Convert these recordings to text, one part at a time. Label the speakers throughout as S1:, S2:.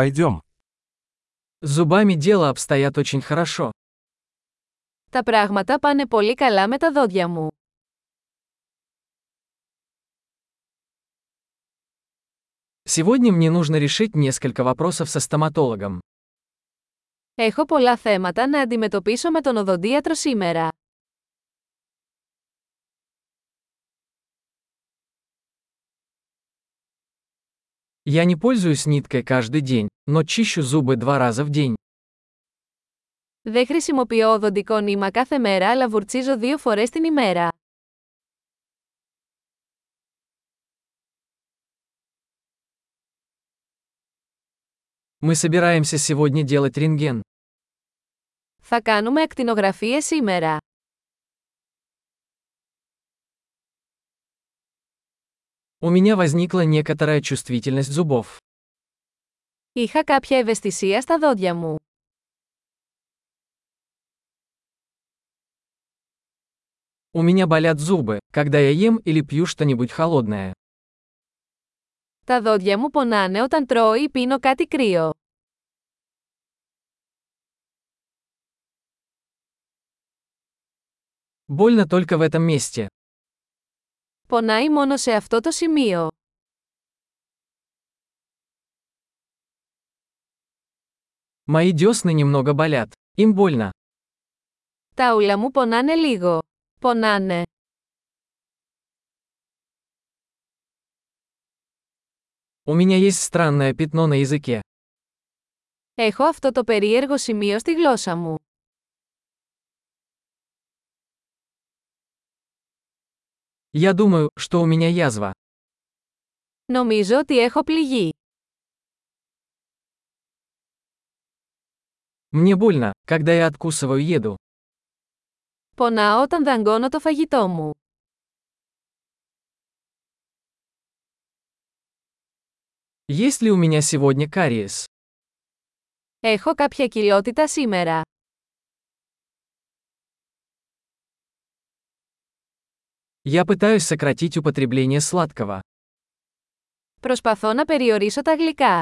S1: Пойдем.
S2: С зубами дело обстоят очень хорошо.
S3: Τα πράγματα πάνε πολύ καλά με τα δόντια μου.
S2: Сегодня мне нужно решить несколько вопросов со стоматологом.
S3: Έχω πολλά θέματα να αντιμετωπίσω με τον οδοντίατρο σήμερα.
S2: Я не пользуюсь ниткой каждый день, но чищу зубы два раза в день.
S3: Δεν χρησιμοποιώ οδοντικό νήμα κάθε μέρα αλλά βουρτσίζω δύο φορές την ημέρα.
S2: Мы собираемся сегодня делать рентген.
S3: Θα κάνουμε ακτινογραφίες σήμερα.
S2: У меня возникла некоторая чувствительность зубов.
S3: Είχα κάποια ευαισθησία στα δόντια μου.
S2: У меня болят зубы, когда я ем или пью что-нибудь холодное.
S3: Τα δόντια μου πονάνε όταν τρώω ή πίνω κάτι κρύο.
S2: Больно только в этом месте.
S3: Πονάει μόνο σε αυτό το σημείο.
S2: Мои десны немного болят. Им больно.
S3: Τα ούλα μου πονάνε λίγο. Πονάνε.
S2: У меня есть странное пятно на языке.
S3: Έχω αυτό το περίεργο σημείο στη γλώσσα μου.
S2: Я думаю, что у меня язва.
S3: Νομίζω ότι έχω πληγεί.
S2: Мне больно, когда я откусываю еду.
S3: Πονάω όταν δαγκώνω το φαγητό μου.
S2: Есть ли у меня сегодня кариес?
S3: Έχω κάποια κοιλότητα σήμερα.
S2: Я пытаюсь сократить употребление сладкого.
S3: Προσπαθώ να περιορίσω τα γλυκά.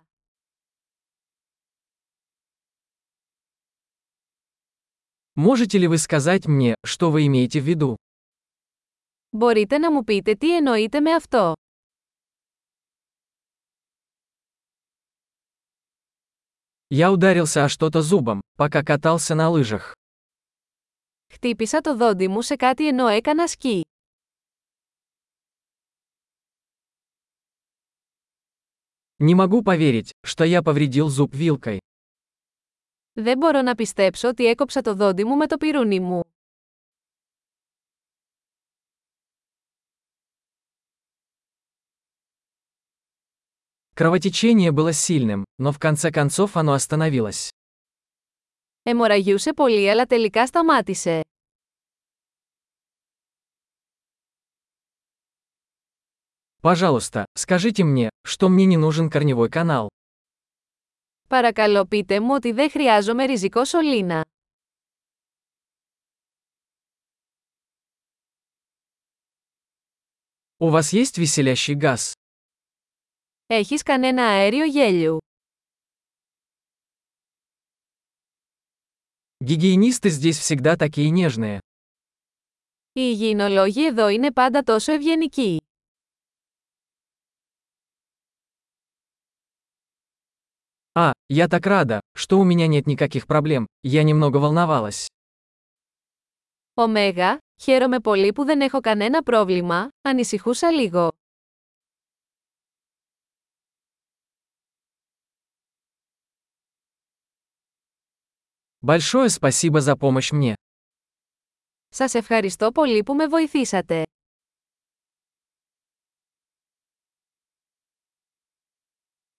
S2: Можете ли вы сказать мне, что вы имеете в виду?
S3: Μπορείτε να μου πείτε τι εννοείτε με αυτό.
S2: Я ударился о что-то зубом, пока катался на лыжах.
S3: Χτύπησα το δόντι μου σε κάτι ενώ έκανα σκι.
S2: Не могу поверить, что я повредил зуб вилкой.
S3: Δεν μπορώ να πιστέψω ότι έκοψα το δόντι μου με το πυρούνι μου.
S2: Кровотечение было сильным, но в конце концов оно остановилось.
S3: Εμοραγιούσε πολύ αλλά τελικά σταμάτησε.
S2: Пожалуйста, скажите мне, что мне не нужен корневой канал.
S3: Παρακαλώ πείτε μου ότι δεν χρειάζομαι ριζικό σωλήνα.
S2: У вас есть веселящий газ?
S3: Έχεις κανένα αέριο γέλιου.
S2: Гигиенисты здесь всегда такие нежные.
S3: Οι υγιεινολόγοι εδώ είναι πάντα τόσο ευγενικοί.
S2: А, я так рада, что у меня нет никаких проблем. Я немного волновалась.
S3: Ωμέγα, χαίρομαι πολύ που δεν έχω κανένα πρόβλημα, ανησυχούσα λίγο.
S2: Большое спасибо за помощь мне.
S3: Σας ευχαριστώ πολύ που με βοηθήσατε.